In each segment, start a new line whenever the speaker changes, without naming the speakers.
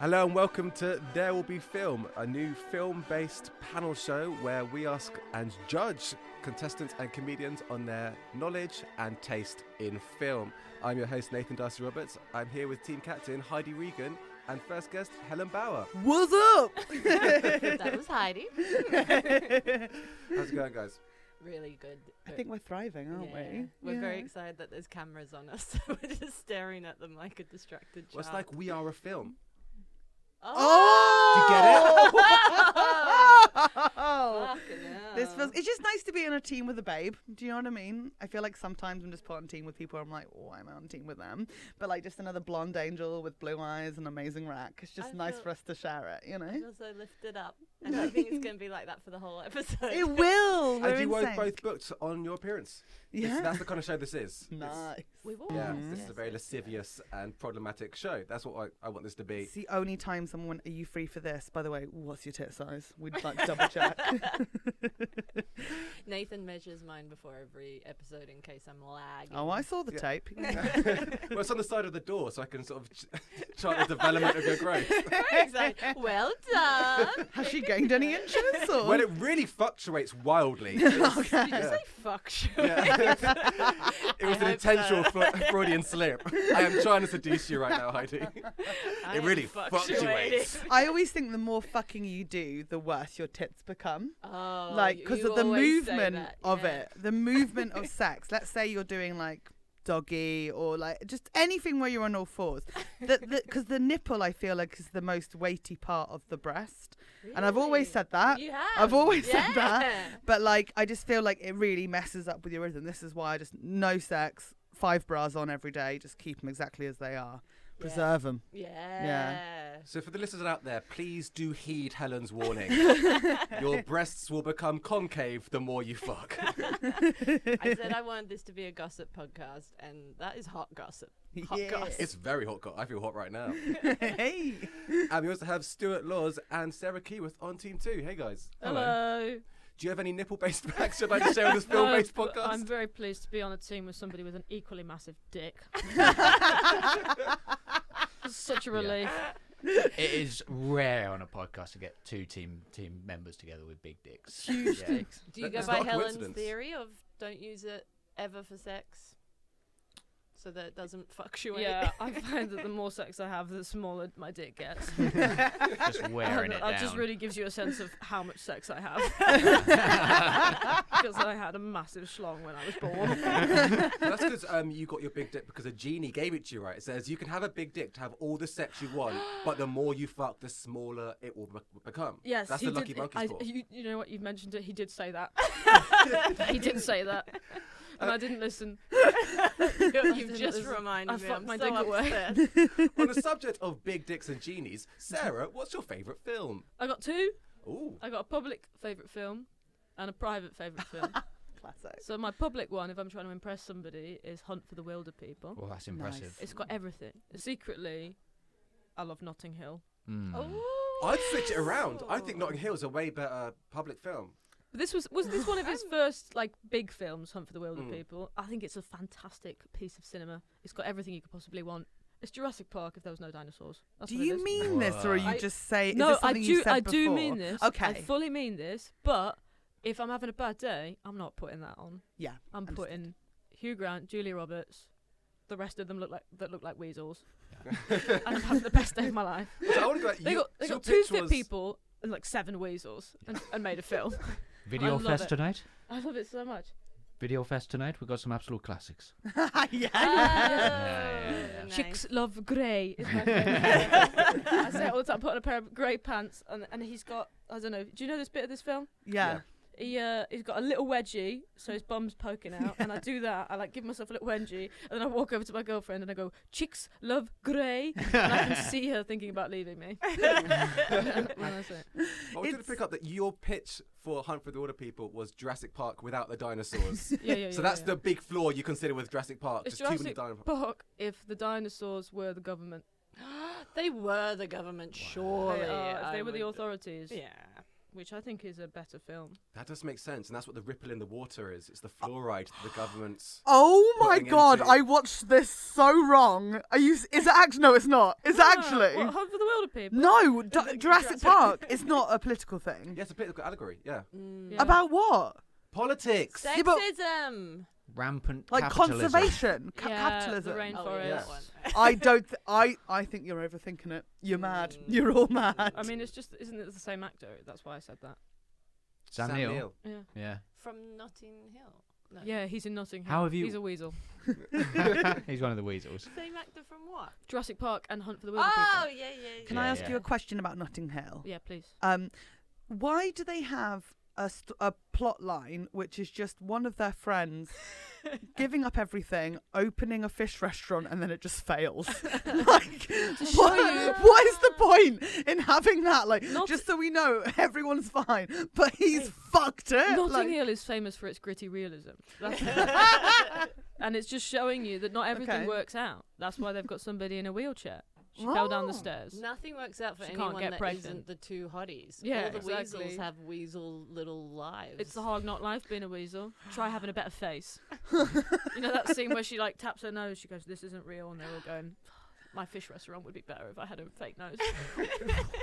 Hello and welcome to There Will Be Film, a new film based panel show where we ask and judge contestants and comedians on their knowledge and taste in film. I'm your host, Nathan Darcy Roberts. I'm here with team captain Heidi Regan and first guest, Helen Bauer.
What's up?
that was Heidi.
How's it going, guys?
Really good. uh,
I think we're thriving, aren't
Yeah.
we?
We're
Yeah.
very excited that there's cameras on us. So we're just staring at them like a distracted child.
Well, it's like we are a film. Do you get
Oh!
it?
Fucking hell.
This feels, it's just nice to be on a team with a babe. Do you know what I mean? I feel like sometimes I'm just put on team with people. I'm like, why am I on team with them? But like just another blonde angel with blue eyes and amazing rack. It's just
I
nice
feel-
for us to share it, you
I
know?
feel so lifted up. And I think it's going to be like that for the whole episode.
It will. We're
and you
in
were
sync.
both booked on your appearance. This-
Yeah.
that's the kind of show this is. It's-
Nice.
We've all
Yeah,
watched
this is a very lascivious and problematic show. That's what I, I want this to be.
It's the only time someone went, are you free for this? By the way, what's your tit size? We'd like double check.
Nathan measures mine before every episode in case I'm lagging.
oh, I saw the
Yeah.
tape.
well, it's on the side of the door, so I can sort of ch- chart the development of your growth.
Very excited. well done.
Has she gained any inches? Or?
Well, it really fluctuates wildly.
okay.
Did you say fuck show?
Yeah. it was an
hope so.
intentional fla- Freudian slip. I am trying to seduce you right now, Heidi.
I
it
am
really
fluctuating.
fluctuates.
I always think the more fucking you do, the worse your tits become.
Oh,
like
you-
because
you
of the
always say
movement
that,
of
yeah.
it, the movement of sex. Let's say you're doing like doggy or like just anything where you're on all fours. Because the, 'cause the nipple, I feel like, is the most weighty part of the breast, and I've always
Really?
said that.
You have.
I've always said
Yeah.
that, but like I just feel like it really messes up with your rhythm. This is why I just no sex, five bras on every day, just keep them exactly as they are,
Yeah.
preserve them.
Yeah.
So, for the listeners out there, please do heed Helen's warning. Your breasts will become concave the more you fuck.
I said I wanted this to be a gossip podcast, and that is hot gossip. Hot
Yeah.
gossip.
It's very hot. co- I feel hot right now.
hey,
and we also have Stuart Laws and Sarah Keyworth on Team 2. Hey, guys.
Oh. Hello.
Do you have any nipple based facts you'd like to share on this film based
No, but
podcast?
Uh, I'm very pleased to be on a team with somebody with an equally massive dick. Such a
Yeah.
relief.
it is rare on a podcast to get two team team members together with big dicks.
Huge
Yeah.
dicks.
Do you
That-
go
that's
by
not a
Helen's
coincidence.
theory of don't use it ever for sex, so that it doesn't fluctuate?
Yeah, I find that the more sex I have, the smaller my dick gets.
Just wearing
And
it
that
down.
just really gives you a sense of how much sex I have. Because I had a massive schlong when I was born.
Well, That's because um, you got your big dick because a genie gave it to you, right? It says you can have a big dick to have all the sex you want, but the more you fuck, the smaller it will be- become.
Yes,
that's
he
the lucky
did,
monkey's
I,
paw.
you, you know what? You've mentioned it. He did say that. he did say that, and I didn't listen.
You've
didn't
just
listen.
reminded
I
me.
fucked
I'm
my
so
dick away.
upset.
On the subject of big dicks and genies, Sarah, what's your favourite film?
I got two.
Ooh,
I got a public favourite film and a private favourite film.
classic.
so my public one, if I'm trying to impress somebody, is Hunt for the Wilder People.
Well, Oh, that's impressive.
It's got everything. Secretly, I love Notting Hill.
Mm.
Hmm.
Oh,
I'd switch it around. I think Notting Hill is a way better public film.
But this was was this one of his first like big films, Hunt for the Wilder
Mm.
People. I think it's a fantastic piece of cinema. It's got everything you could possibly want. It's Jurassic Park if there was no dinosaurs. That's
Do
what it
you
is.
mean this, or are you
I-
just saying?
no,
is this
I
something you
do.
said
I do
before?
mean this. I
Okay.
fully mean this. But if I'm having a bad day, I'm not putting that on.
Yeah,
I'm
understood.
putting Hugh Grant, Julia Roberts. The rest of them look like that look like weasels, and I'm having the best day of my life.
So I want to go.
They
you-
got they
so
got
your
two
pitch
fit
was-
people and like seven weasels, and, and made a film. I
Video
love
fest
it.
tonight.
I love it so much.
Video fest tonight. We've got some absolute classics.
Uh,
yeah.
yeah,
Nice.
Chicks love grey. Is my favourite. I say it all the time. Put on a pair of grey pants, and and he's got I don't know. Do you know this bit of this film?
yeah.
He uh, he's got a little wedgie, so his bum's poking out, and I do that. I like give myself a little wedgie, and then I walk over to my girlfriend and I go, "Chicks love grey," and I can see her thinking about leaving me. And that's it.
I wanted to pick up that your pitch for Hunt for the Order People was Jurassic Park without the dinosaurs.
Yeah, yeah,
so
yeah,
that's
yeah.
the big flaw you consider with Jurassic Park.
It's
just too many
Jurassic
dinosaurs.
Fuck if the dinosaurs were the government.
They were the government,
Wow.
surely.
they are. If
Oh, I
they were the
would-
authorities,
Yeah.
which I think is a better film.
That does make sense, and that's what the ripple in the water is. It's the fluoride that the government's.
Oh my
Putting
god,
into-
I watched this so wrong. Are you? s- Is it actually? No, it's not. Is it
Ah,
actually?
What, Hunt for the Wilder People?
No, D- Jurassic,
Jurassic-
Park. It's not a political thing.
Yeah, it's a political allegory. Yeah,
Mm.
Yeah.
About what?
politics.
Yeah, but-
Sexism.
Rampant
Like
capitalism.
conservation, ca-
Yeah,
capitalism.
The
Oh,
rainforest.
yeah.
I don't. Th- I I think you're overthinking it. You're mad.
Mm.
You're all mad.
I mean, it's just isn't it the same actor? That's why I said that.
Sam, Neill.
Yeah.
Yeah.
From Notting Hill. No.
Yeah, he's in Nottingham.
How have you-
He's a weasel.
He's one of the weasels.
Same actor from what?
Jurassic Park and Hunt for the Wilder
Oh,
People.
yeah, yeah,
Can
yeah.
I
Yeah,
ask
yeah.
you a question about Notting Hill?
Yeah, please.
Um, why do they have a, st- a plot line which is just one of their friends giving up everything, opening a fish restaurant, and then it just fails? like,
show you-
what, what is the point in having that? Like,
Not-
just so we know everyone's fine, but he's fucked it.
Notting
like-
Hill is famous for its gritty realism. That's and it's just showing you that not everything
Okay.
works out. That's why they've got somebody in a wheelchair. She fell down the
Oh.
stairs.
Nothing works out for
She can't
anyone
get
that
pregnant.
not the two hotties.
Yeah,
All the
exactly.
weasels have weasel little lives.
It's the hard knock life being a weasel. Try having a better face. you know that scene where she like taps her nose, she goes, This isn't real and they're all going, My fish restaurant would be better if I had a fake nose.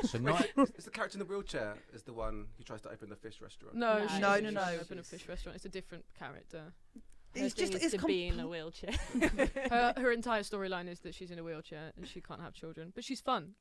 So not
It's the character in the wheelchair is the one who tries to open the fish restaurant.
No,
No,
she
no,
doesn't
no,
try to
no.
Open a fish restaurant. It's a different character.
Her
It's
thing
just-
is
it's
to be in a
complete-
wheelchair.
Her her entire storyline is that she's in a wheelchair and she can't have children. But she's fun.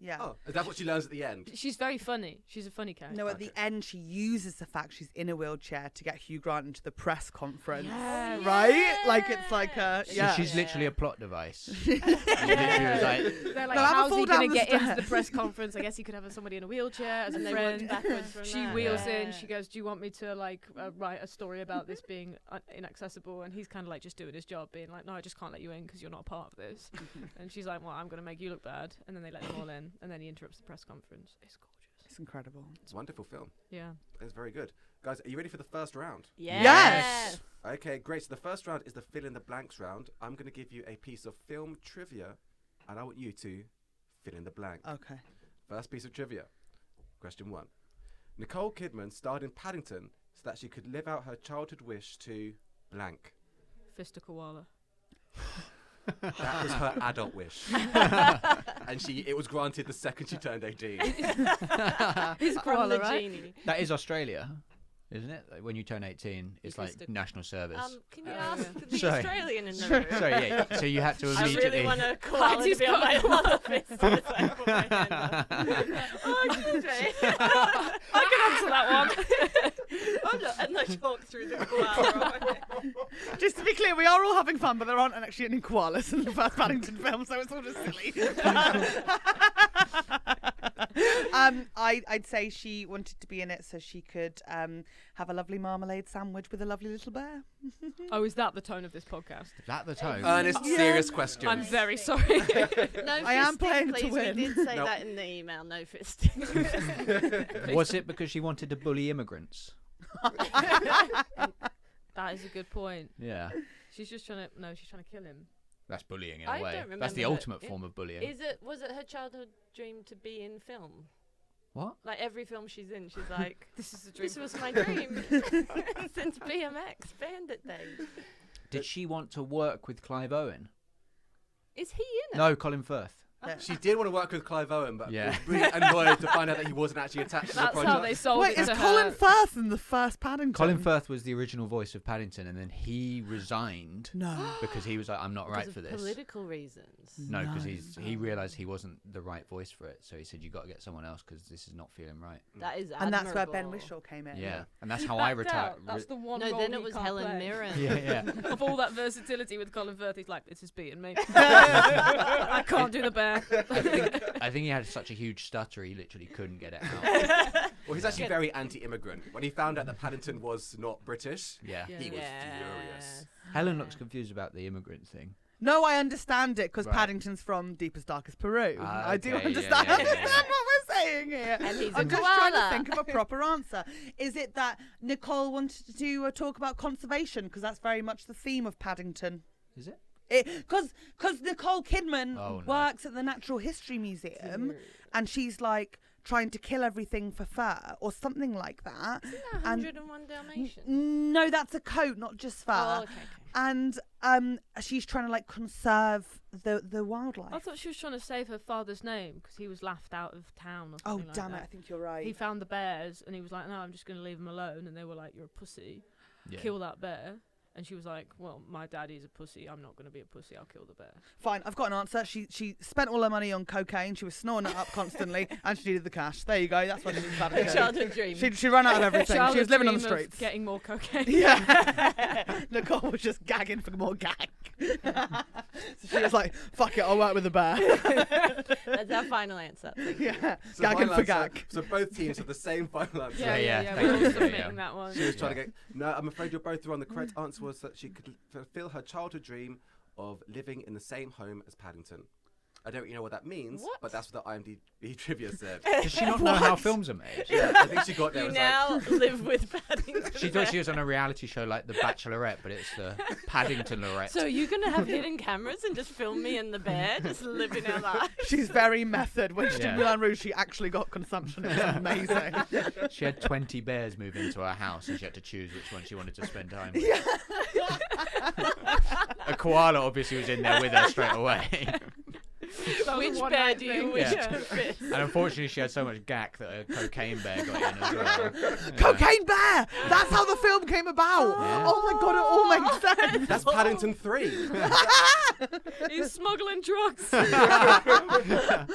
Yeah.
Oh, is that what she learns at the end?
She's very funny. She's a funny character.
No, at the end, she uses the fact she's in a wheelchair to get Hugh Grant into the press conference.
Oh,
Yeah.
Right? Like, it's like a.
so
Yeah.
she's
Yeah.
literally a plot device.
Yeah.
Literally,
They're
No,
like,
have a
how's
fall
he
down
gonna
the
get into the
stairs."
press conference? I guess he could have somebody in a wheelchair as a
and they
friend.
run backwards from
She
that.
wheels
Yeah.
in. She goes, "Do you want me to like uh, write a story about this being un- inaccessible?" And he's kind of like just doing his job, being like, "No, I just can't let you in because you're not a part of this." and she's like, "Well, I'm gonna make you look bad." And then they let them all in, and then he interrupts the press conference. It's gorgeous.
It's incredible.
It's a wonderful film.
Yeah.
It's very good. Guys, are you ready for the first round?
Yes.
Yes.
Okay, great. So the first round is the fill in the blanks round. I'm going to give you a piece of film trivia, and I want you to fill in the blank.
Okay.
First piece of trivia. Question one Nicole Kidman starred in Paddington so that she could live out her childhood wish to blank.
Fist a koala.
That was her adult wish. and she it was granted the second she turned 18.
He's a
From
koala,
the
right?
genie.
That is Australia, isn't it? Like, when you turn 18, it's
can
like
still-
national service.
Um, can you
Oh,
ask
yeah.
the
Sorry.
Australian in the room?
Uh, Sorry, yeah. So you had to
I
immediately.
really want a koala to
just
be on my
got a
other fist. so I put my hand up. oh, excuse me.
I can answer that one.
I'm not, and I talk through the koala.
Just to be clear, we are all having fun, but there aren't actually any koalas in the first Paddington film, so it's all just silly. um, I, I'd say she wanted to be in it so she could um, have a lovely marmalade sandwich with a lovely little bear.
oh, is that the tone of this podcast?
Is that the tone?
Ernest,
Yeah.
serious question.
I'm very sorry.
No
I am
fisting,
playing to
please.
win.
We did say
No.
that in the email. No fisting.
Was it because she wanted to bully immigrants?
that is a good point.
Yeah.
She's just trying to. No, she's trying to kill him.
That's bullying in
I
a way.
don't
That's the
remember.
ultimate
It-
form of bullying.
Is it? Was it her childhood dream to be in film?
what?
Like every film she's in, she's like,
This is a dream.
"This was my dream since BMX Bandit days."
Did she want to work with Clive Owen?
Is he in it?
No, Colin Firth.
She did want to work with Clive Owen, but
Yeah.
was really annoyed to find out that he wasn't actually attached to the
That's
project.
how they sold
Wait,
it
is
to
Colin
Oh, her.
Firth in the first Paddington?
Colin Firth was the original voice of Paddington, and then he resigned
No.
because he was like, "I'm not
Because
right
of
for this." Mm.
Political reasons.
No, because
No.
he's he realised he wasn't the right voice for it, so he said, "You got to get someone else because this is not feeling right."
That is.
And that's where Ben
admirable.
Whishaw came in.
Yeah, and that's
Oh,
how I retired.
That's the one.
No,
role
then
he
it was
can't
Helen
play.
Mirren.
yeah, yeah.
of all that versatility with Colin Firth, he's like, this is beating me. I can't do the bear.
I think, I think he had such a huge stutter, he literally couldn't get it out.
Well, he's actually very anti-immigrant. When he found out that Paddington was not British,
Yeah.
Yeah.
he was
Yes.
furious.
Helen looks confused about the immigrant thing.
No, I understand it because
Right.
Paddington's from Deepest Darkest Peru.
Ah,
I do
okay, yeah,
understand,
yeah, yeah,
understand what we're saying here.
And he's a
I'm just trying to
koala.
think of a proper answer. Is it that Nicole wanted to do a talk about conservation because that's very much the theme of Paddington?
Is it?
Because Nicole Kidman
Oh, no.
works at the Natural History Museum and she's like trying to kill everything for fur or something like that.
Isn't that
And-
101 Dalmatians?
No, that's a coat, not just fur.
Oh, okay.
And um, she's trying to like conserve the the wildlife.
I thought she was trying to save her father's name because he was laughed out of town. Or
oh
something like
damn
that.
it! I think you're right.
He found the bears and he was like, "No, I'm just going to leave them alone." And they were like, "You're a pussy.
Yeah.
Kill that bear." And she was like, "Well, my daddy's a pussy. I'm not going to be a pussy. I'll kill the bear."
Fine, I've got an answer. She she spent all her money on cocaine. She was snorting it up constantly, and she needed the cash. There you go. That's what it is about
okay.
cocaine.
childhood dream.
She she ran out of everything. she was
Childhood
living on the
dream of
streets.
getting more cocaine.
Yeah. Nicole was just gagging for more gag. so she was like, fuck it, I'll work with the bear.
That's our final answer.
yeah.
So
Gagging
my answer-
for gag.
So both teams had the same final answer.
yeah, yeah,
Yeah, yeah,
yeah.
thank
We're
you,
all
yeah,
submitting
yeah.
that one.
She was trying
Yeah.
to get. No, I'm afraid you're both wrong. The correct answer was that she could fulfill her childhood dream of living in the same home as Paddington. I don't really know what that means,
What?
but that's what the IMDb trivia said.
Does she not know how films are made?
yeah, I think she got there.
You
It's
now live with Paddington.
She thought she was on a reality show like The Bachelorette, but it's the Paddington Lorette.
So you're gonna have hidden cameras and just film me in the bed, just living our life.
She's very method. When she
Yeah.
did Moulin Rouge, she actually got consumption. It was amazing.
she had 20 bears move into her house and she had to choose which one she wanted to spend time with. a koala obviously was in there with her straight away.
That was a
Which
one
bear
night
do you
thing.
wish
Yeah.
to fit?
And unfortunately, she had so much gack that a cocaine bear got in as well. Yeah.
Cocaine Bear! That's how the film came about.
Yeah.
Oh my god, it all makes sense.
like, That's Paddington Three.
He's smuggling drugs.
I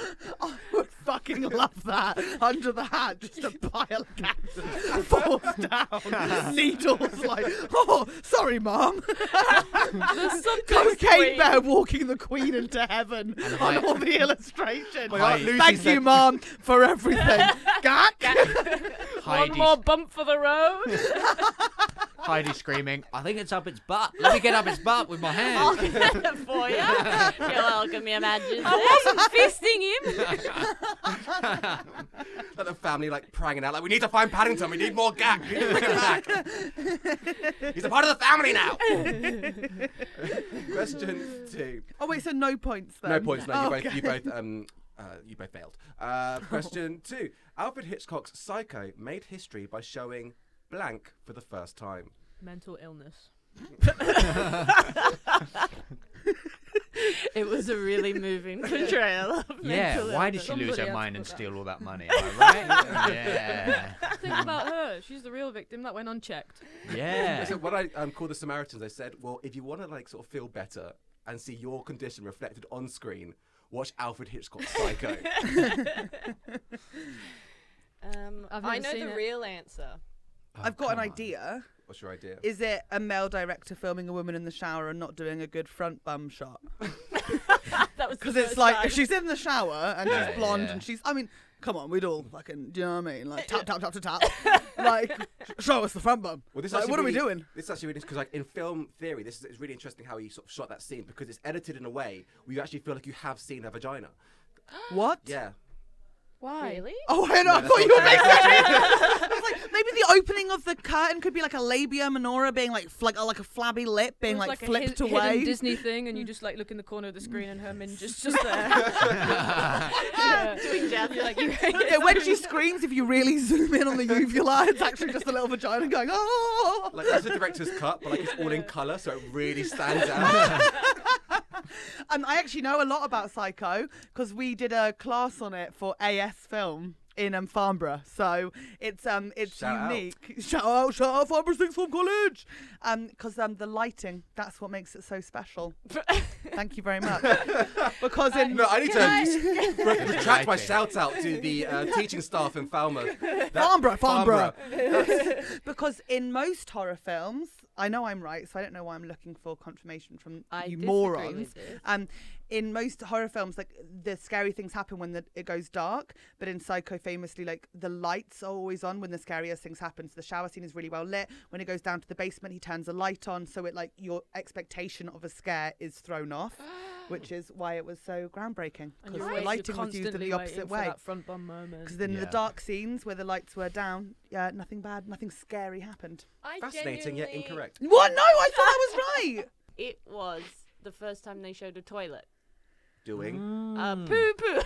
would fucking love that. Under the hat, just a pile of cats falls down. Needles like, oh, sorry, mum.
There's something
Cocaine
sweet.
bear walking the queen into heaven on
hi-
all the illustrations.
My aunt Lucy
Thank you,
said-
mum, for everything. Gack.
Heidi,
One more bump for the road.
Heidi screaming, I think it's up its butt. Let me get up its butt with my
I'll
hand.
get it for you. You're welcome, your majesty.
I wasn't fisting him.
Like the family like pranging out, like we need to find Paddington. We need more gag. We need to bring him back. He's a part of the family now. Question two.
Oh wait, so no points then.
No points. No, you
Okay.
both, you both, um, uh, you both failed. Uh, question two. Alfred Hitchcock's Psycho made history by showing blank for the first time.
Mental illness.
It was a really moving portrayal of
Yeah,
mental
why did she
illness.
lose
Somebody
her
had
mind
to
and
put that.
steal all that money? Am I right? Yeah.
Think about her. She's the real victim that went unchecked.
Yeah.
So when I um, called the Samaritans, I said, "Well, if you want to like sort of feel better and see your condition reflected on screen, watch Alfred Hitchcock's Psycho."
Um,
I've
I
never
know
seen
the
it.
real answer.
I've got an
come on.
idea.
What's your idea?
Is it a male director filming a woman in the shower and not doing a good front bum shot?
That was
Because it's like if she's in the shower and
Yeah,
she's blonde
yeah.
and she's. I mean, come on, we'd all fucking. Do you know what I mean? Like tap tap tap tap tap. like sh- show us the front bum.
Well, this
like,
actually
what
really-
are we doing?
This is actually really because, like, in film theory, this is it's really interesting how he sort of shot that scene because it's edited in a way where you actually feel like you have seen her vagina.
What?
Yeah.
Why?
really.
Oh, I know. I
that's
thought
not-
you were making. I was like, maybe the opening of the curtain could be like a labia minora being like fl- like, a flabby lip being
It was
like,
a
flipped
hid- hidden
away.
Disney thing, and you just like look in the corner of the screen, and her min just just there. yeah.
Doing jazz.
You're like, you-
Yeah, when she screams, if you really zoom in on the uvula, it's actually just a little vagina going oh.
Like that's the director's cut, but like it's all in color, so it really stands out.
Um, I actually know a lot about Psycho because we did a class on it for AS Film in um, Farnborough. So it's um it's
Shout out.
unique. Shout out, shout out Farnborough Sixth Form College. Um, because um the lighting that's what makes it so special. Thank you very much. because in
no, I need to retract my
Exciting.
shout out to the uh, teaching staff in Falmouth. That-
Farnborough, Farnborough. because in most horror films, I know I'm right, so I don't know why I'm looking for confirmation from
I
you
disagree
morons.
with this.
Um, in most horror films, like the scary things happen when the, it goes dark. But in Psycho, famously, like the lights are always on when the scariest things happen. So the shower scene is really well lit. When it goes down to the basement, he turns a light on, so it like your expectation of a scare is thrown off, which is why it was so groundbreaking
And
because
you're
the
right, you're
lighting was used in
constantly
the
waiting
opposite
for
way.
That front bum moment.
Because in the
Yeah.
dark scenes where the lights were down, yeah, nothing bad, nothing scary happened.
I
Fascinating yet
genuinely-
incorrect.
What? No, I thought I was right.
It was the first time they showed a toilet.
doing.
Uh,
Hmm.
poo poo.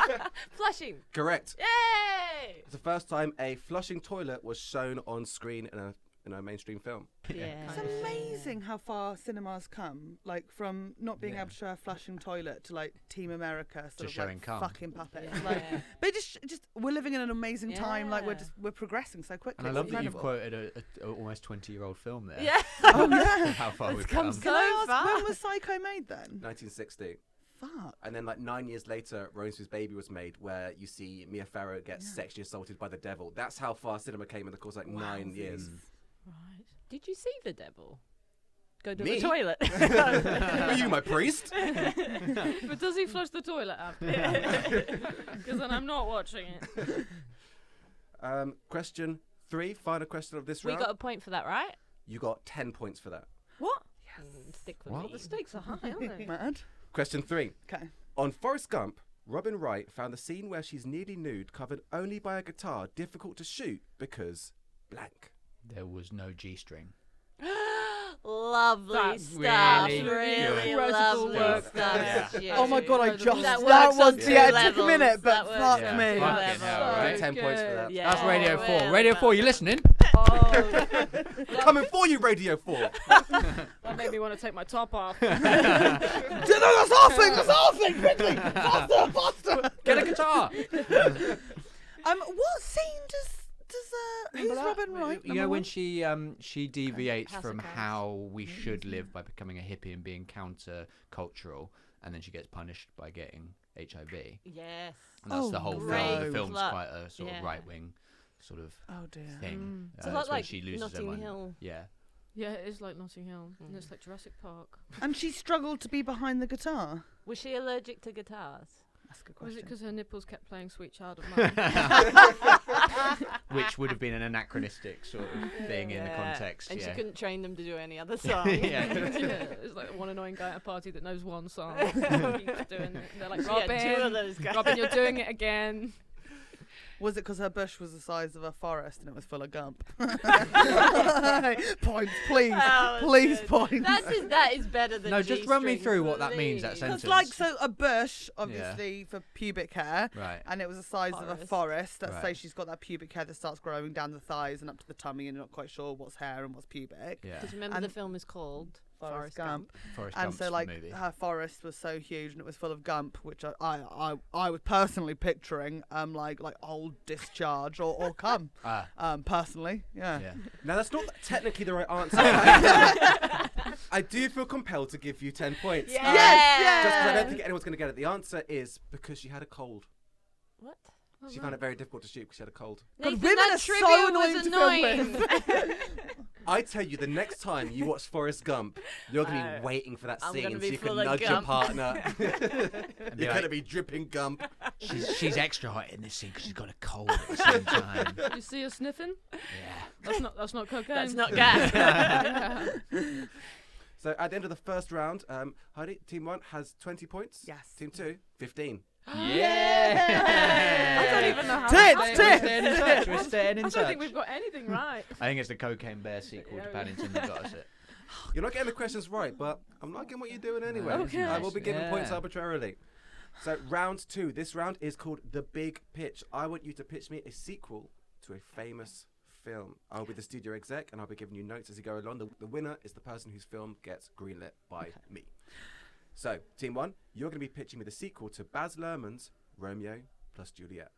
Flushing.
Correct.
Yay!
It's the first time a flushing toilet was shown on screen in a in a mainstream film.
Yeah.
It's amazing how far cinemas come, like from not being
Yeah.
able to show a flashing toilet to like Team America, sort
To
of
showing
like
cum.
fucking puppets. Like,
Yeah.
but it just, just we're living in an amazing time. Like we're
Yeah.
just we're progressing so quickly.
And I
It's
love that you've
incredible.
quoted a, a, a almost 20 year old film there.
Yeah.
Oh yeah.
How far
It's
we've
come
come.
so-
Can I ask
far.
when was Psycho made then?
1960.
Fuck.
And then, like nine years later, Rosemary's Baby was made, where you see Mia Farrow get sexually assaulted by the devil. That's how far cinema came in the course of like nine years.
Right.
Did you see the devil? Go to
Me?
the toilet.
Are you my priest?
but does he flush the toilet after? Because then I'm not watching it.
Um, question three, final question of this
we
round.
got a point for that, right?
You got ten points for that.
What?
Mm, Stick with
What?
me.
The stakes are
Oh,
high, aren't they?
Mad.
Question three.
Okay.
On Forrest Gump, Robin Wright found the scene where she's nearly nude, covered only by a guitar, difficult to shoot because blank.
There was no G string.
Lovely
That's
stuff.
really
Really,
good.
lovely
Yeah.
stuff.
Yeah.
Stu.
Oh my god! I
That
just that,
works
was
on two
yeah. It took a
levels.
minute,
That
but
works
fuck
on
me.
two Fucking levels. hell,
You
right?
get ten points for that.
good.
That's
Yeah.
Radio 4.
Well
Radio 4, you
done.
listening?
Oh,
Coming for you, Radio 4.
that made me want to take my top off.
No, that's our thing. That's our thing. Quickly, faster, faster.
Get a guitar.
Um, what scene does does uh, who's Robin Wright?
You know
number
when
one?
she um she deviates
House of
from
Cards. Mm-hmm.
how we should live by becoming a hippie and being countercultural, and then she gets punished by getting HIV.
Yes.
And that's
Oh,
the whole film.
great
The film's
plot.
quite a sort
Yeah. Mm.
of right wing sort of
Oh dear.
thing.
It's a lot
that's when
like
she loses her
Notting
mind.
Hill.
Yeah.
yeah, it is like Notting Hill. And it's like Jurassic Park.
And she struggled to be behind the guitar.
Was she allergic to guitars?
That's a good
Was
question.
it because her nipples kept playing Sweet Child of Mine?
Which would have been an anachronistic sort of thing in the
Yeah.
context.
And
yeah.
she couldn't train them to do any other song.
Yeah.
yeah, it's like one annoying guy at a party that knows one song. Keeps doing it. And they're like,
She had
Robin,
two of those guys.
Robin, you're doing it again.
Was it because her bush was the size of a forest and it was full of gump? points, please,
Oh, that's
please,
good.
points.
That's is, that is better than
No, just run me
G-string,
through what that means, that
please.
sentence.
Because like so, a bush obviously for pubic hair,
Right.
and it was the size of a
Forest.
forest. Let's say
Right.
she's got that pubic hair that starts growing down the thighs and up to the tummy, and you're not quite sure what's hair and what's pubic.
Yeah.
Because remember the
And-
film is called
Forrest
Forrest
Gump.
Gump.
Forrest
and
Gump's
so like
movie.
her forest was so huge and it was full of gump which i i i, I was personally picturing um like like old discharge or, or cum
Ah,
um personally yeah,
yeah.
Now, that's not technically the right answer. I do feel compelled to give you 10 points. Um,
Yeah.
Yes,
Just 'cause I
yes.
don't think anyone's going to get it. The answer is because she had a cold.
What?
She found it very difficult to shoot because she had a cold.
God,
Nathan,
women
that
are so
trivia was
annoying to film
annoying.
I tell you, the next time you watch Forrest Gump, you're going to
Oh.
be waiting for that
I'm
scene
gonna
so
be
you can
full of
nudge your
gump.
partner.
be
you're going to
like-
be dripping gump.
She's, she's extra hot in this scene because she's got a cold at the same time.
You see her sniffing?
Yeah.
That's not that's not cocaine.
That's not gas.
Yeah.
So at the end of the first round, um, Heidi, team one has 20 points.
Yes.
Team two, 15.
Yeah.
I don't even know how.
Tits,
I-
tits.
in touch. We're staying in
I don't think we've got anything right.
I think it's the Cocaine Bear sequel
Yeah,
to
we-
Paddington that got us it.
You're not getting the questions right, but I'm liking what you're doing anyway.
Okay.
I will be giving points
Yeah.
arbitrarily. So round two. This round is called the big pitch. I want you to pitch me a sequel to a famous film. I'll be the studio exec, and I'll be giving you notes as you go along. The, the winner is the person whose film gets greenlit by me. So team one, you're going to be pitching me the sequel to Baz Luhrmann's Romeo plus Juliet.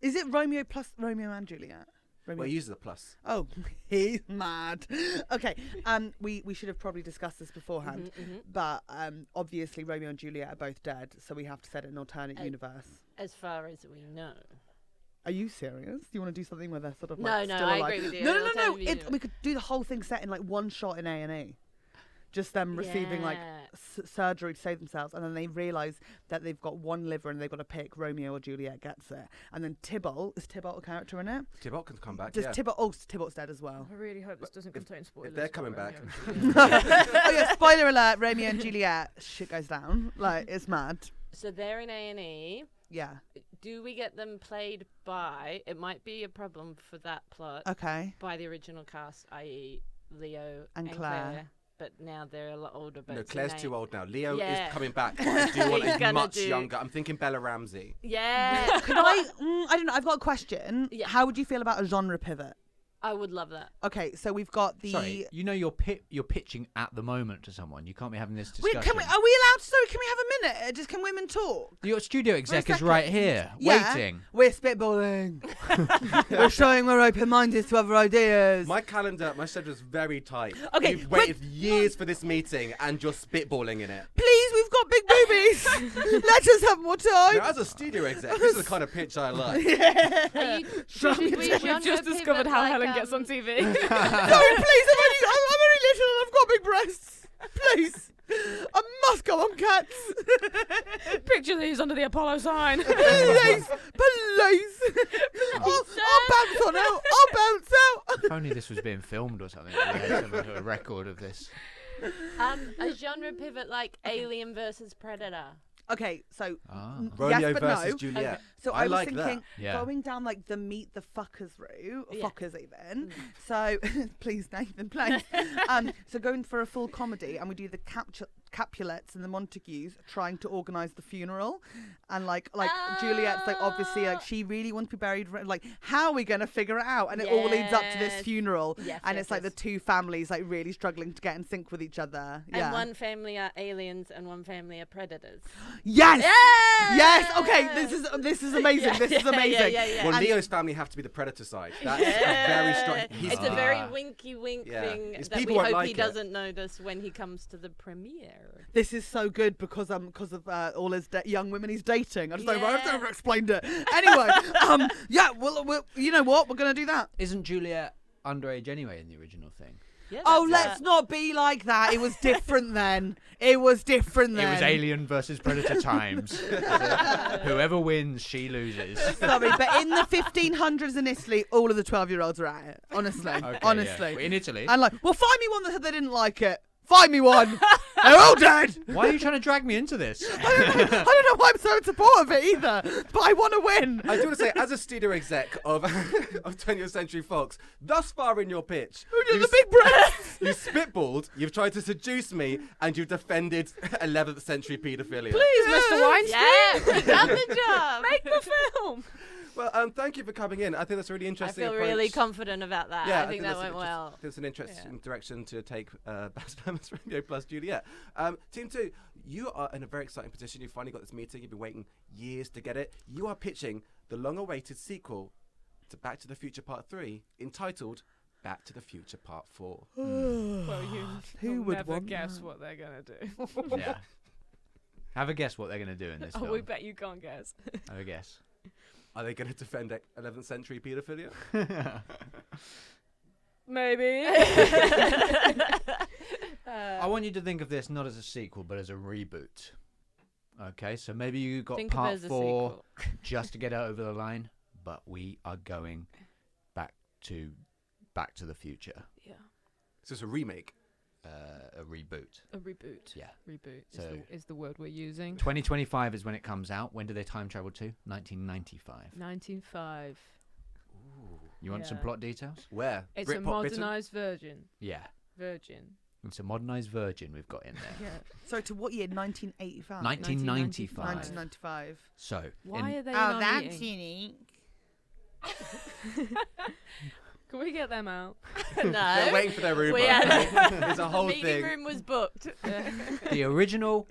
is it romeo plus romeo and juliet romeo
Well, it uses a plus.
Oh, he's mad. Okay, um, we, we should have probably discussed this beforehand, but um, obviously Romeo and Juliet are both dead, so we have to set an alternate universe.
as far as we know.
Are you serious? Do you want to do something where they're sort of
No,
like
no,
still
I
alive?
agree with you.
No, no,
I'll
no,
tell
no.
you.
It, we could do the whole thing set in like one shot in A and E, just them receiving like
Yeah.
s- surgery to save themselves, and then they realise that they've got one liver and they've got to pick Romeo or Juliet gets it, and then Tybalt is Tybalt a character in it?
Tybalt can come back.
Does
yeah.
Tybalt? Oh, Tybalt's dead as well.
I really hope this doesn't contain spoilers.
they're
for
coming
Romeo
back.
and
oh yeah, spoiler alert, Romeo and Juliet, shit goes down. Like it's mad.
So they're in A and E.
Yeah.
Do we get them played by? It might be a problem for that plot
Okay.
by the original cast, i.e., Leo
And
and,
Claire.
Claire. but now they're a lot older. But
No, Claire's
tonight-
too old now. Leo
Yeah.
is coming back. but I do want
He's
a
gonna
much
do-
younger. I'm thinking Bella Ramsey.
Yeah,
Could I? Mm, I don't know. I've got a question.
Yeah.
How would you feel about a genre pivot?
I would love that.
Okay, so we've got the.
Sorry, you know you're pi- you're pitching at the moment to someone. You can't be having this
Wait,
discussion.
can we, are we allowed? Sorry, can we have a minute? Uh, Just can women talk?
Your studio exec is
second.
right here,
Yeah.
waiting.
We're spitballing. we're showing we're open-minded to other ideas.
My calendar, my schedule is very tight.
Okay,
You've
but-
waited years for this meeting and you're spitballing in it.
Please, we've got big boobies. Let us have more time.
Now, as a studio exec, this is the kind of pitch I like.
Are you, should we
We've
genre
just discovered
pivot
how
like,
Helen gets
um,
on TV.
Sorry, please. I'm only, I'm, I'm only little and I've got big breasts. Please. I must go on cats.
Picture these under the Apollo sign.
Please. Please. I'll, I'll bounce on out. I'll bounce out.
if only this was being filmed or something. We had some sort of record of this.
Um, a genre pivot like Alien versus Predator.
Okay, so
Ah.
n-
Romeo
yes, but
versus
no.
Juliet.
So
I
I, was
like that.
thinking
Yeah.
going down like the meet the fuckers route, or
Yeah. Mm.
fuckers even. So please, Nathan, please. um, so going for a full comedy, and we do the Capu- Capulets and the Montagues trying to organise the funeral, and like like Juliet's like obviously like
Oh.
she really wants to be buried. ri- Like how are we going to figure it out? And it all leads up to this
Yes.
funeral,
Yes,
and
yes,
it's like the
yes.
two families like really struggling to get in sync with each other. Yeah.
And one family are aliens and one family are predators.
Yes. Yes. Okay. This is this is amazing.
Yeah,
this is
yeah, yeah,
amazing.
yeah, yeah.
Well,
And-
Leo's family have to be the predator side. That's very strong. He's
It's a very
Ah.
winky wink
Yeah.
thing
It's
that we
people won't
hope
like
he
it.
doesn't notice when he comes to the premiere.
this is so good because um because of uh, all his da- young women he's dating. I just don't know. I've
Yeah.
never explained it. Anyway, um yeah, well, well you know what? We're gonna do that.
Isn't Juliet underage anyway in the original thing?
Yeah,
Oh,
that's
let's not be like that. It was different then. It was different then.
It was Alien versus Predator times. Whoever wins, she loses.
Sorry, but in the 1500s in Italy, all of the 12 year olds are at it. Honestly,
Okay, yeah.
honestly.
in Italy.
And like, well, find me one that said they didn't like it. Find me one. They're all dead.
Why are you trying to drag me into this?
I don't know why I'm so in support of it either, but I want to win.
I do want to say, as a studio exec of, of 20th Century Fox, thus far in your pitch,
Who did
you,
the big breasts?
s- you spitballed, you've tried to seduce me, and you've defended 11th century paedophilia.
Please, Mr.
it. Yeah,
Weinstein,
we've done the job.
make the film.
Well, um, thank you for coming in. I think that's a really
I
interesting.
feel really
approach.
confident about that. I, think that
that's an
went well.
interest- That's an interesting direction to take uh, Baz Luhrmann's Romeo plus Juliet. Um, team two, you are in a very exciting position. You finally got this meeting. You've been waiting years to get it. You are pitching the long-awaited sequel to Back to the Future Part Three, entitled Back to the Future Part Four.
Well, you
Ah, Who
will
would
never
want
guess what they're gonna do.
yeah. Have a guess what they're going to do in this
oh,
film.
we bet you can't guess.
Have a guess.
Are they going to defend e- 11th century paedophilia?
Maybe.
I
uh,
want you to think of this not as a sequel, but as a reboot. Okay, so maybe you got
Think of it
part
as a
four
sequel.
just to get it over the line, but we are going back to Back to the Future,
yeah,
So it's a remake.
uh, a reboot.
a reboot.
Yeah.
Reboot is,
So-
the, is the word we're using.
2025 is when it comes out. When do they time travel to? 1995.
1905.
You want some
Yeah.
plot details?
Where?
It's a
Britpop Britain?
modernized version.
Yeah.
Virgin.
It's a modernized Virgin we've got in there.
Yeah.
Sorry, to what year? 1985.
1995.
1995.
1995.
So, in-
Oh, Why are they
Oh,
in our meeting?
unique.
Can we get them out?
no.
They're waiting for their Uber.
We had-
There's a whole
the meeting
thing.
room was booked.
the original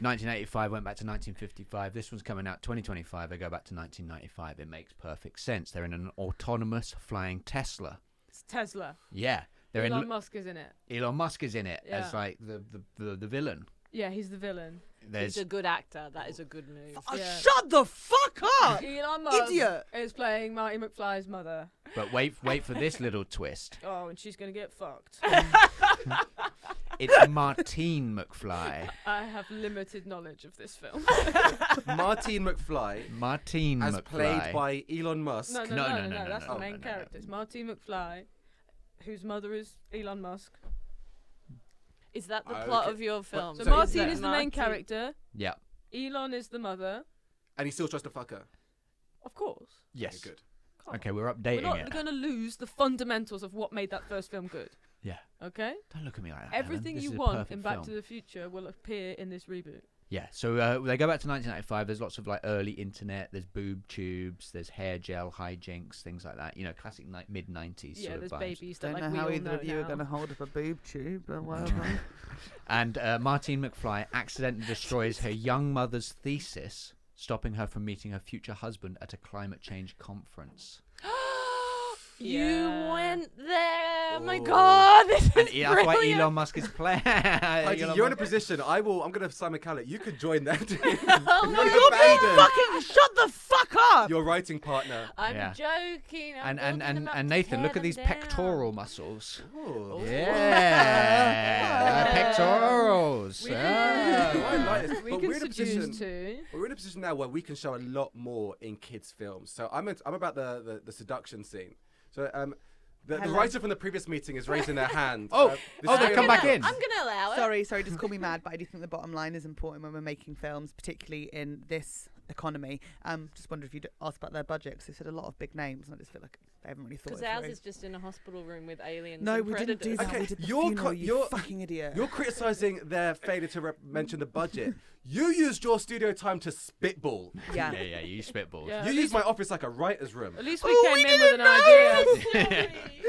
1985 went back to 1955. This one's coming out 2025. They go back to 1995. It makes perfect sense. They're in an autonomous flying Tesla.
It's Tesla.
Yeah, they're
Elon
in.
Musk is in it.
Elon Musk is in it as
Yeah.
like the the, the, the villain.
Yeah, he's the villain.
There's
He's a good actor. That is a good move.
Oh,
Yeah.
Shut the fuck up!
Elon Musk
Idiot.
is playing Marty McFly's mother.
but wait wait for this little twist.
Oh, and she's gonna get fucked.
It's Martine McFly.
I have limited knowledge of this film.
Martine McFly,
Martine
as
McFly.
played by Elon Musk.
No, no,
No,
no,
no,
no, no,
no, no,
That's
no, Oh,
the
no,
main
no, no.
character. It's Marty McFly, whose mother is Elon Musk.
Is that the
Oh,
plot
okay.
of your film?
So,
So
Martine
that
is the
Martin-
main character.
yeah.
Elon is the mother.
And he still tries to fuck her.
Of course.
Yes.
Okay, good.
Come on.
Okay, we're
We're
updating
not
it.
going to lose the fundamentals of what made that first film good.
Yeah.
Okay?
Don't look at me like that. Helen.
Everything
This
you
is a
want
perfect
in Back
film.
to the Future will appear in this reboot.
Yeah, so uh, they go back to 1995. There's lots of like early internet. There's boob tubes. There's hair gel hijinks, things like that. You know, classic ni- mid 90s
yeah,
sort
there's
of vibes.
babies that
Don't
like
know
we
how
all
either
know
of you
now.
are going to hold up a boob tube, but whatever.
And uh, Martine McFly accidentally destroys her young mother's thesis, stopping her from meeting her future husband at a climate change conference.
You
Yeah.
went there. Oh my
Oh.
god, this
And
is
e- that's why
brilliant.
Elon Musk is playing.
Heidi, you're in a position. I will. I'm gonna Simon Cowell. You could join them.
Oh my
You're being fucking shut the fuck up.
Your writing partner.
I'm
Yeah.
joking. I'm
and and,
building
and,
them up
and
to
Nathan,
tear
look at
them
these
down.
pectoral muscles.
Oh.
Yeah, the pectorals.
I
Ah.
like this.
We
But
can
we're in a
seduce
position.
too.
We're in a position now where we can show a lot more in kids' films. So I'm, at, I'm about the, the, the seduction scene. So um, the, the
Hello.
writer from the previous meeting is raising their hand. Uh,
Oh,
this is
oh, they
I'm
gonna
come
gonna-
back in.
I'm gonna allow it.
Sorry, sorry, just call me mad, but I do think the bottom line is important when we're making films, particularly in this economy. Um, just wonder if you'd asked about their budget because they said a lot of big names, and I just feel like they haven't really thought.
Because
it
ours
through.
is just in a hospital room with aliens.
no,
and
we didn't do
predators.
Okay,
that. we did the
you're
funeral,
co-
you
you're-
fucking idiot.
You're criticizing their failure to rep- mention the budget. You used your studio time to spitball.
yeah.
yeah, yeah, you spitballs.
Yeah.
You used my office like a writer's room.
At least we
Oh,
came
we
in
didn't
with an
know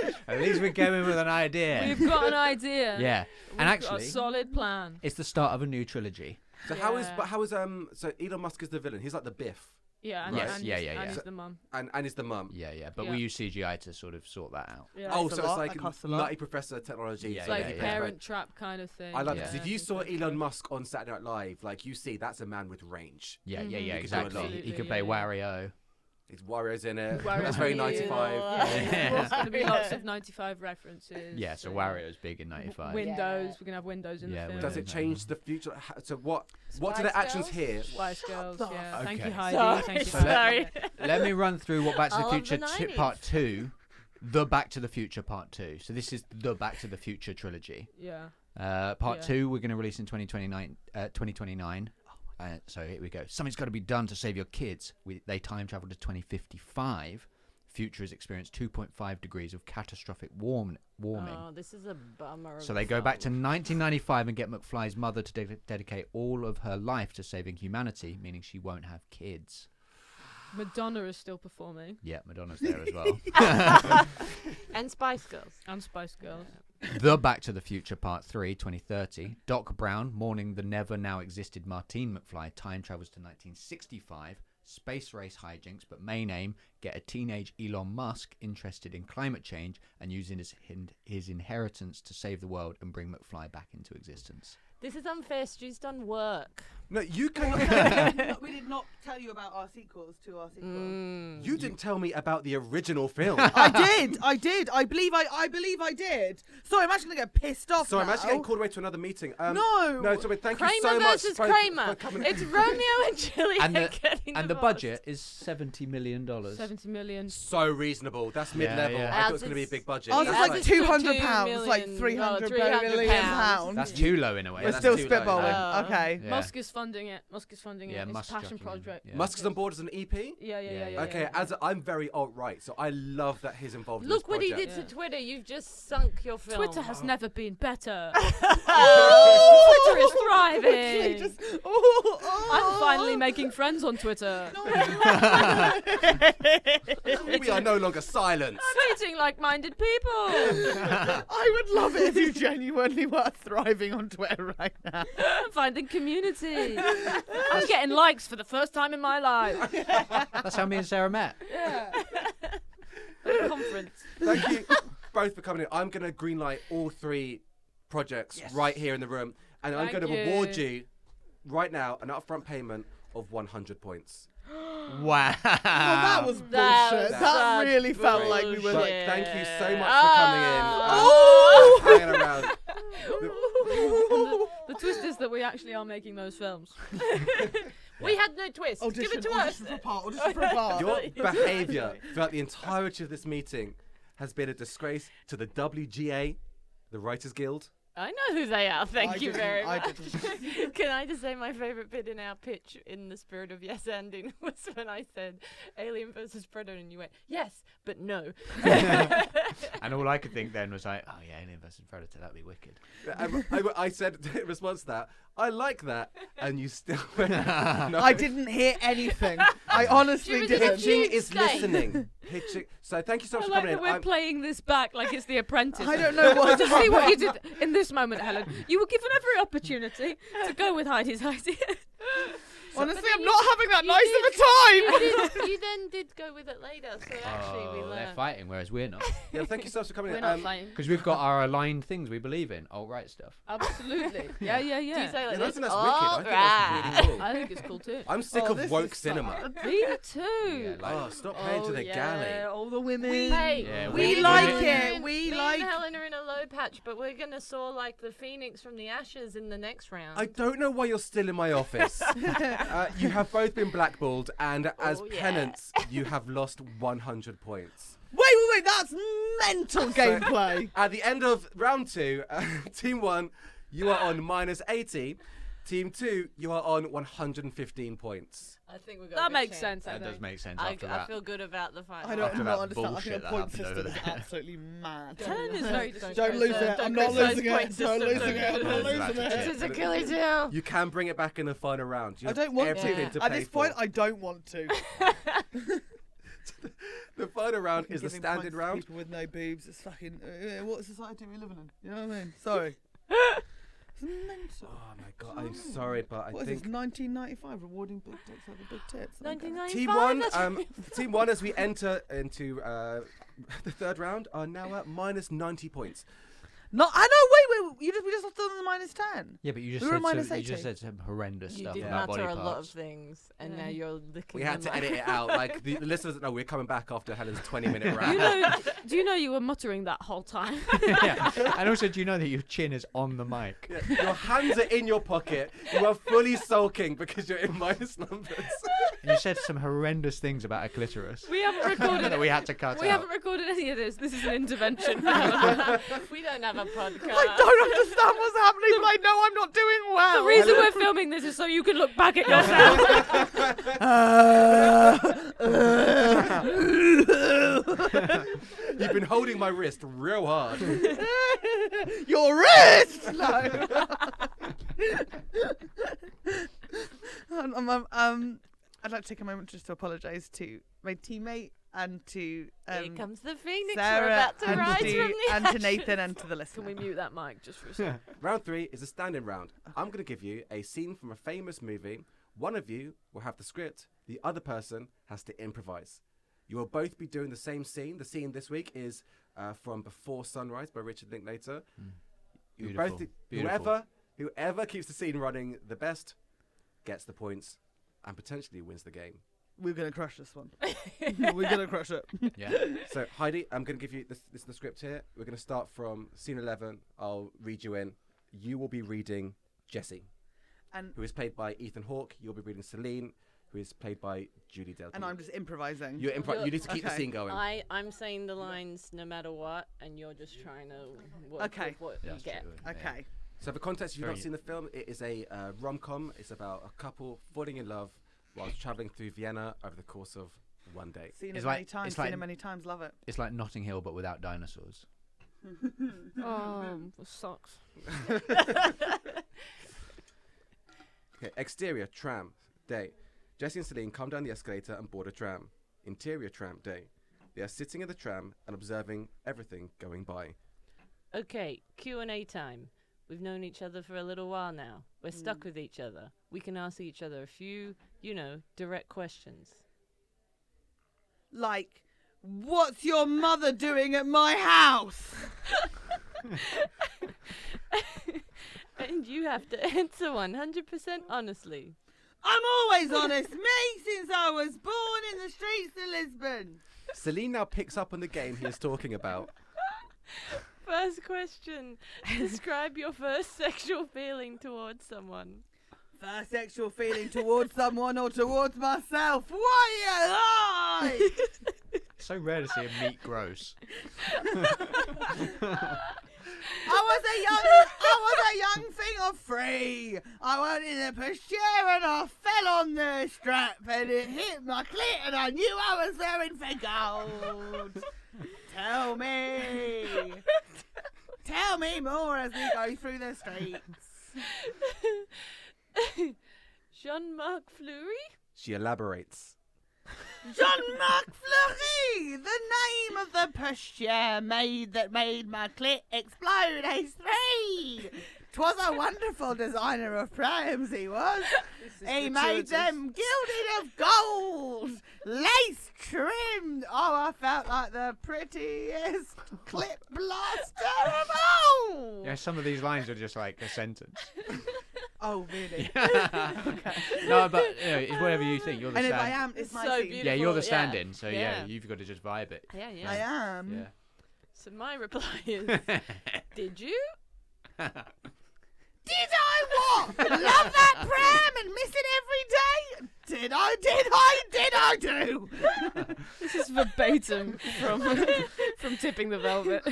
idea.
At least we came in with an idea.
We've got an idea.
yeah,
We've got
and
a
actually,
solid plan.
it's the start of a new trilogy.
So how is
Yeah.
but how is um so Elon Musk is the villain. He's like the Biff
Yeah, and,
Right.
and,
Yeah,
he's-
yeah,
and
yeah.
he's the mum.
and and is the mum.
Yeah, yeah, but
Yeah.
we use CGI to sort of sort that out.
Yeah.
Oh,
That's
so
a
it's
lot, that
like
costs a lot.
Nutty Professor technology.
Yeah,
It's
so
like
yeah, yeah.
parent trap kind of thing.
I like
Yeah.
this. If you
think
saw
so.
Elon Musk on Saturday Night Live, like you see, that's a man with range.
Yeah, yeah,
Mhm.
yeah,
You could do a lot.
exactly. He
Absolutely,
Mm-hmm. could
yeah,
play
yeah.
Wario.
It's Wario's in it.
Wario's
that's very
in it.
95.
Yeah.
There's going to be lots of 95 references.
Yeah, so
and
Wario's big in '95.
Windows.
Yeah.
We're going to have Windows in
Yeah,
the film.
Does it
Windows.
change the future? Ha- So what? What do
Spice
the actions
Girls?
here?
Spice Girls,
the
yeah.
fuck
Thank you,
up.
Heidi. Thank you,
Sorry.
Heidi.
Let me run through what Back to
Oh,
the
All of the
Future two,
90s.
Part Two, the Back to the Future Part Two. So this is the Back to the Future trilogy.
Yeah.
Uh, part
Yeah.
Two we're going to release in 2029. Uh, 2029. Uh, so here we go. Something's got to be done to save your kids. We, they time travel to 2055. Future has experienced 2.5 degrees of catastrophic warm, warming.
Oh, this is a bummer.
So they go back to 1995 and get McFly's mother to de- dedicate all of her life to saving humanity, meaning she won't have kids.
Madonna is still performing.
Yeah, Madonna's there as well.
and Spice Girls.
And Spice Girls.
the Back to the Future Part 3, 2030. Doc Brown, mourning the never now existed Martine McFly, time travels to 1965. Space race hijinks, but main aim get a teenage Elon Musk interested in climate change and using his, hin- his inheritance to save the world and bring McFly back into existence.
This is unfair. Stu's done work.
No, you cannot.
we did not tell you about our sequels to our sequels.
Mm.
Mm.
you didn't tell me about the original film.
I did, I did, I believe, I, I believe, I did. Sorry, I'm actually gonna get pissed off.
So I'm actually getting
now.
called away to another meeting. Um,
No.
No, so wait, thank
Kramer
you so much
versus
for, for
Kramer.
coming.
It's Romeo and Juliet
And the-
getting
And the
divorced.
budget is $70 million.
70 million.
so reasonable. That's
Yeah,
mid-level.
yeah.
I thought it was
Ours
going to be a
is-
big budget.
Ours
Yeah,
is
That's
like
fine.
ours is
two hundred
22
pounds, like
million-
three
oh,
hundred
300
million
pounds.
pounds.
That's too low in a way.
We're
that's
still
too low,
spitballing.
yeah.
Okay.
Yeah.
Musk is funding it. Musk is funding
Yeah,
it.
Musk
it's a passion
chucking in,
project.
yeah.
Musk's on board as an EP.
Yeah, yeah,
Yeah,
yeah.
yeah.
yeah
okay,
yeah.
as a, I'm very alt-right, so I love that he's involved. in
Look
this
what he
project.
did
project.
to
Yeah.
Twitter. You've just sunk your film.
Twitter has never been better.
Oh,
Twitter is
Literally
thriving.
just- oh, oh.
I'm finally making friends on Twitter.
we are no longer silenced.
Tweeting like-minded people.
I would love it if you genuinely were thriving on Twitter right now.
I'm finding community. I'm getting likes for the first time in my life.
That's how me and Sarah met.
At a conference.
Thank you both for coming in. I'm going to greenlight all three projects right here in the room, and I'm
Thank
going to reward
you.
you right now an upfront payment of 100 points.
Wow.
that was bullshit.
That
That,
was such
really felt like we were.
But
bullshit.
thank you so much
Oh.
for coming in. and hanging around.
The, the twist is that we actually are making those films.
We had no twist. Give it to us.
for part. Audition for part.
Your behaviour throughout the entirety of this meeting has been a disgrace to the WGA, the Writers Guild,
I know who they are. Thank
I
you
didn't-
very
I
much. Can I just say my favorite bit in our pitch in the spirit of yes ending was when I said Alien versus Predator, and you went yes, but no.
And all I could think then was like, oh yeah, Alien versus Predator, that'd be wicked.
Um, I, I- I said in response to that, I like that, and you still went. No.
I didn't hear anything. I honestly
She was
didn't.
just-
Pitching
Huge
is
state.
listening. Pitching. So thank you so
I
much for
like
coming
that
in.
we're
I'm-
playing this back like it's The Apprentice.
I don't know what.
Just see what you did in this moment, Helen. You were given every opportunity to go with Heidi's idea.
Honestly,
then
I'm
you-
not having that
you
nice
you, did, you then did go with it later, so actually we
Oh, they're
learned.
fighting, whereas we're not.
Yeah, thank you so much for coming
We're
in.
not
Um,
playing.
Because we've got our aligned things we believe in. All right stuff.
Absolutely. Yeah, yeah,
Do you
yeah.
say like
yeah, I
this?
think that's
All
wicked. I think that's really cool.
I think it's cool too.
I'm sick
Oh, this
of woke
is so-
cinema.
Me
Yeah,
too.
like-
Oh, stop paying to the galley.
all the women.
We, hey,
Yeah,
we-
we
like
did
it.
and-
We
me
like-
and Helen are in a low patch, but we're gonna soar like the phoenix from the ashes in the next round.
I don't know why you're still in my office.
and
uh, you have both been blackballed, and as
Oh, yeah.
penance, you have lost 100 points.
Wait, wait, wait. That's mental gameplay.
At the end of round two, uh, team one, you are on minus 80. Team two, you are on 115 points.
I think we got. a
That
good
makes
chance.
sense. I
That does
think.
make sense
I,
after
I
that.
feel good about the final.
I don't,
After
I'm
that
not understand. I
bullshit
think
that
a point
happened over
system is
there.
absolutely mad.
Helen is very distracting.
Don't lose it. I'm not
criticize
losing it.
point
Don't
system.
losing it. I'm
Don't
not
criticize
losing
point
it.
system.
This is a killer too.
You can bring it back in the final round. You
Oh, I
have
don't want
everything
Yeah.
to.
At
play
this point,
for.
I don't want to.
the final round is the
Giving points
standard
to
round.
People with no boobs. It's fucking. Uh, what society we live in? You know what I mean? Sorry. it's mental.
Oh my god, I'm sorry, but I
What is
think
this? 1995 rewarding big dicks over big tits. Okay.
Team one, um, team one, as we enter into uh, the third round, are now at minus ninety points.
No, I know. Wait, wait. You just we just lost on the minus ten.
Yeah, but you just,
We were
said some,
minus
you just
80.
said some horrendous
You
stuff
did
about body
mutter a
parts.
lot of things, and
Yeah.
now you're looking.
We had to edit it out. Like the, the listeners don't know, we're coming back after Helen's twenty-minute
You
round.
know, do you know you were muttering that whole time?
yeah. And also, do you know that your chin is on the mic?
Yeah, Your hands are in your pocket. You are fully sulking because you're in minus numbers.
And you said some horrendous things about a clitoris
we haven't recorded
that
it.
we had to cut
We
out.
haven't recorded any of this. This is an intervention. for Helen.
we don't have a podcast.
I don't understand what's happening, but I know I'm not doing well.
the reason we're filming this is so you can look back at yourself.
You've been holding my wrist real hard.
Your wrist! No. um, um, um, um, I'd like to take a moment just to apologise to my teammate and to
Here
um,
comes the phoenix.
Sarah
We're about to
and,
rise
to,
from the
and to
ashes.
Nathan and to the listener.
Can we mute that mic just for a second?
Round three is a standing round. I'm going to give you a scene from a famous movie. One of you will have the script, the other person has to improvise. You will both be doing the same scene. The scene this week is uh, from Before Sunrise by Richard Linklater. You
Hmm. Beautiful.
both,
Beautiful.
whoever whoever keeps the scene running the best gets the points and potentially wins the game.
We're going to crush this one. we're going to crush it.
Yeah.
So Heidi, I'm going to give you this, this is the script here. We're going to start from scene 11. I'll read you in. You will be reading Jesse.
And,
who is played by Ethan Hawke. You'll be reading Celine, who is played by Judy Delpy.
and I'm just improvising.
You're impro- you need to keep the
Okay.
scene going.
I, I'm saying the lines no matter what, and you're just trying to work
Okay.
with what
Yeah,
you
that's
get.
true, yeah.
okay.
So for context, if you've not
Very-
seen the film, it is a uh, rom-com. It's about a couple falling in love whilst traveling through Vienna over the course of one day.
Seen
It's
it
like-
many
it's
times.
like-
seen it many times. Love it.
It's like Notting Hill, but without dinosaurs.
Um, sucks.
Okay, exterior tram day. Jesse and Celine come down the escalator and board a tram. Interior tram day. They are sitting in the tram and observing everything going by.
Okay, Q&A time. We've known each other for a little while now. We're stuck with each other. We can ask each other a few, you know, direct questions.
Like, what's your mother doing at my house?
And you have to answer 100% honestly.
I'm always honest, me, since I was born in the streets of Lisbon.
Celine now picks up on the game he is talking about.
First question. Describe your first sexual feeling towards someone.
First sexual feeling towards someone or towards myself. Why are you
So rare to see a meat gross.
I was a young, I was a young thing of three. I wanted a pushchair and I fell on the strap and it hit my clit and I knew I was going for gold. Tell me, tell me more as we go through the streets.
Jean-Marc Fleury?
She elaborates.
Jean Marc Fleury, the name of the pushchair made that made my clit explode ace three. 'Twas a wonderful designer of prams he was. He made them gilded of gold, lace trimmed. Oh, I felt like the prettiest clip blaster of all.
Yeah, some of these lines are just like a sentence.
Oh, really?
No, but you know, it's whatever you think. You're the
And if
stand.
I am, it's
It's
my
so
scene.
yeah, you're
Beautiful, yeah.
the stand-in, so yeah.
Yeah.
you've got to just vibe it.
Yeah, yeah.
I am.
Yeah.
So my reply is, did you?
Did I what? Love that pram and miss it every day? Did I? Did I? Did I do?
This is verbatim from from tipping the velvet.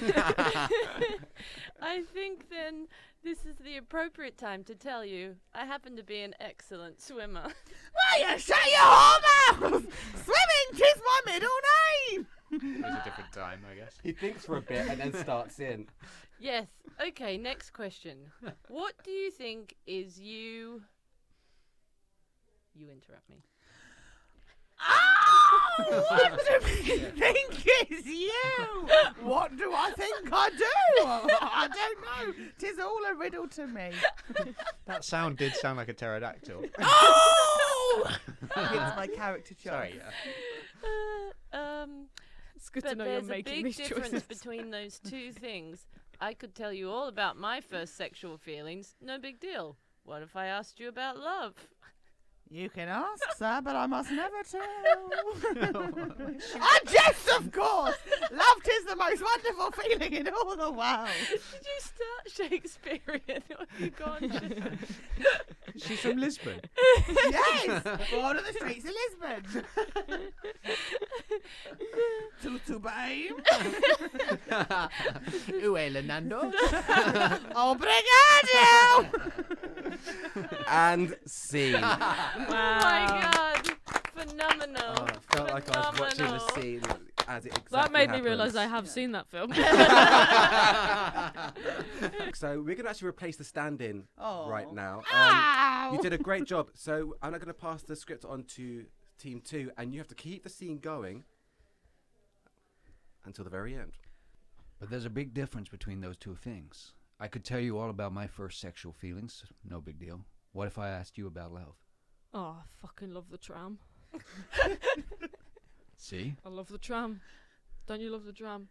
I think then this is the appropriate time to tell you I happen to be an excellent swimmer.
Why you shut your whole mouth? Swimming tis my middle name.
It was a different time, I guess.
He thinks for a bit and then starts in.
yes. Okay, next question. What do you think is you. You interrupt me.
Oh, what do we think is you? What do I think I do? I don't know. Tis all a riddle to me.
That sound did sound like a pterodactyl.
Oh! it's my character choice.
Sorry. Yeah.
Uh, um,
It's good to
but
know you're
there's a
making
big
these
difference
choices.
between those two things. I could tell you all about my first sexual feelings. No big deal. What if I asked you about love?
You can ask, sir, but I must never tell. I jest, Oh, of course. Love is the most wonderful feeling in all the world.
Did you start Shakespearean or you gone?
She's from Lisbon.
Yes, born on the streets of Lisbon. Tutu babe.
Ué, Lenando.
Obrigado.
And scene.
Oh my god! Phenomenal.
Oh, it felt like I was watching the
Phenomenal.
scene as it exactly
That made me
happened.
realise I have seen that film.
So we're gonna actually replace the stand-in
Oh.
right now. Um,
Ow.
you did a great job. So I'm not gonna pass the script on to team two, and you have to keep the scene going until the very end.
But there's a big difference between those two things. I could tell you all about my first sexual feelings. No big deal. What if I asked you about love?
oh, I fucking love the tram.
See?
I love the tram. Don't you love the tram?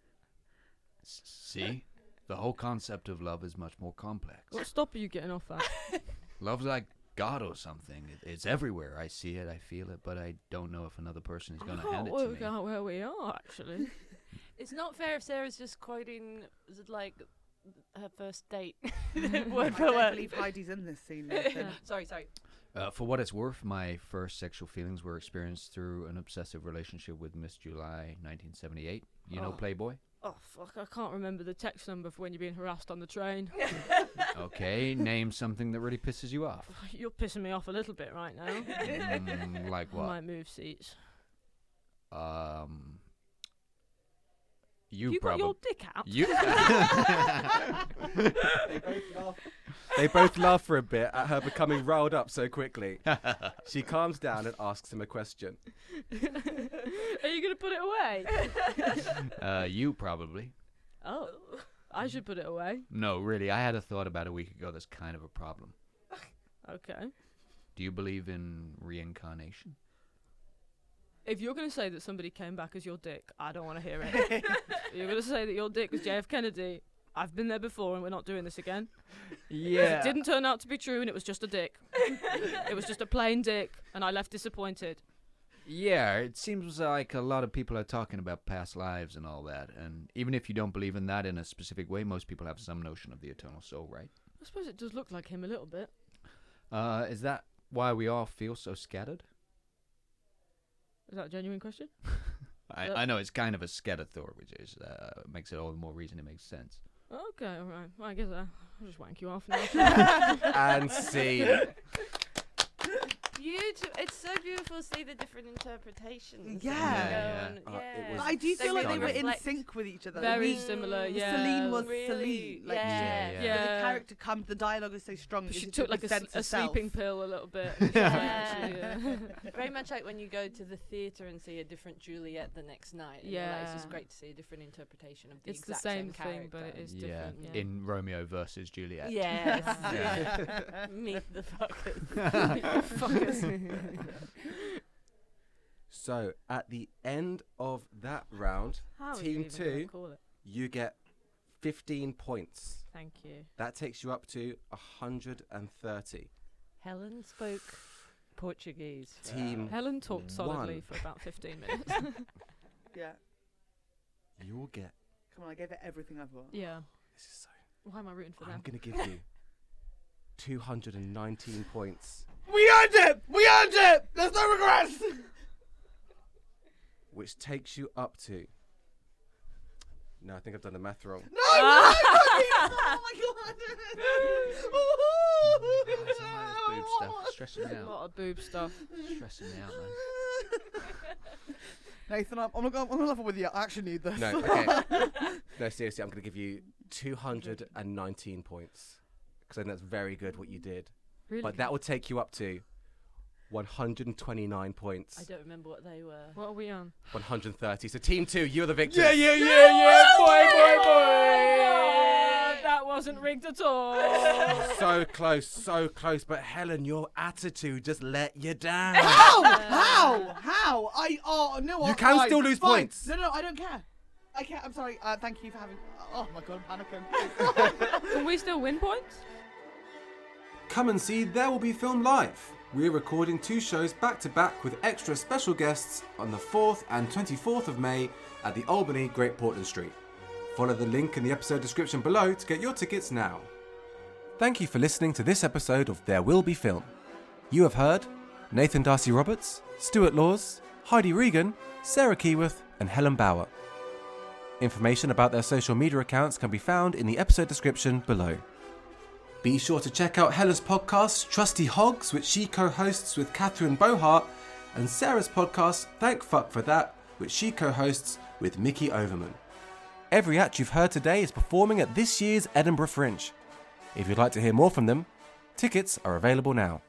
S- See? The whole concept of love is much more complex.
What stop are you getting off at?
Love's like God or something. It, it's everywhere. I see it, I feel it, but I don't know if another person is going to hand
can't
it to me.
work out where we are actually.
It's not fair if Sarah's just quoting is it like her first date word
I
for
don't
word.
believe Heidi's in this scene. Nathan.
Sorry, sorry.
Uh, for what it's worth, my first sexual feelings were experienced through an obsessive relationship with Miss July 1978. You know Playboy?
oh fuck! I can't remember the text number for when you're being harassed on the train.
Okay, name something that really pisses you off.
you're pissing me off a little bit right now.
Mm, like
I
what?
might move seats.
Um, you,
You, got
probably.
your dick out.
You.
They both laugh for a bit at her becoming riled up so quickly. She calms down and asks him a question.
Are you gonna put it away?
uh, you probably.
oh, I should put it away.
No, really, I had a thought about a week ago that's kind of a problem.
Okay.
Do you believe in reincarnation?
If you're gonna say that somebody came back as your dick, I don't want to hear it. If you're gonna say that your dick was JF Kennedy. I've been there before, and we're not doing this again. 'Cause It didn't turn out to be true, and it was just a dick. it was just a plain dick, and I left disappointed.
Yeah, it seems like a lot of people are talking about past lives and all that. And even if you don't believe in that in a specific way, most people have some notion of the eternal soul, right?
I suppose it does look like him a little bit.
Uh, is that why we all feel so scattered?
Is that a genuine question?
I,
Uh,
I know it's kind of a scattered thought, which is uh, makes it all the more reason it makes sense.
Okay, all right. Well, I guess I'll I'll just wank you off now.
and see.
You two, it's so beautiful to see the different interpretations.
Yeah.
Yeah,
and
yeah.
go
Uh,
on.
it
yeah.
was
But I do
So
feel like
really
they were in
reflect-
sync with each other.
Very
We-
similar.
Mm,
Yeah.
Celine was
really,
Celine. Like
yeah.
Yeah,
yeah.
The character comes. The dialogue is so strong.
She
it
took like a,
defends
sl- a
herself.
sleeping pill a little bit.
Yeah.
yeah.
Very much like when you go to the theatre and see a different Juliet the next night. And you're like, it's just
Yeah.
great to see a different interpretation of the
It's the
exact
same
character.
thing, but it is
yeah.
different. Yeah.
in Romeo versus Juliet.
Yes.
Yeah.
yeah. Meet the fuckers.
uh,
So at the end of that round,
How
Team
even gonna
two.
Call it?
you get 15 points.
Thank you.
That takes you up to 130.
Helen spoke Portuguese. for
Team.
Helen talked solidly
One.
for about 15 minutes.
Yeah.
You will get.
Come on, I gave it everything I've got.
yeah.
This is so.
Why am I rooting for
I'm
them?
going to give you 219 points,
We earned it. We earned it. There's no regrets.
which takes you up to. No, I think I've done the math wrong.
No, no,
Ah!
no, oh my god!
It's all right, this boob stuff. Stressing me
A
out.
lot of boob stuff.
Stressing me out, man.
Nathan, I'm, I'm, I'm on level with you. I actually need this.
No, okay. no, seriously, I'm going to give you 219 points because I think that's very good what you did.
Really?
But that will take you up to 129 points.
I don't remember what they were.
what are we on?
130. So team two, you're the victor.
Yeah, yeah, yeah, yeah, boy, boy,
Yeah, Oh that wasn't rigged at all.
So close, so close. But Helen, your attitude just let you down.
How? How? How? I oh no.
You
I-
can
fine,
still lose
fine.
points.
No, no, I don't care. I can't. I'm sorry. Uh, thank you for having. Oh my god, I'm panicking.
Can we still win points?
Come and see There Will Be Film Live. We're recording two shows back to back with extra special guests on the 4th and 24th of May at the Albany, Great Portland Street. Follow the link in the episode description below to get your tickets now. Thank you for listening to this episode of There Will Be Film. You have heard Nathan Darcy Roberts, Stuart Laws, Heidi Regan, Sarah Keyworth, and Helen Bauer. Information about their social media accounts can be found in the episode description below. Be sure to check out Hella's podcast, Trusty Hogs, which she co hosts with Catherine Bohart, and Sarah's podcast, Thank Fuck for That, which she co hosts with Mickey Overman. Every act you've heard today is performing at this year's Edinburgh Fringe. If you'd like to hear more from them, tickets are available now.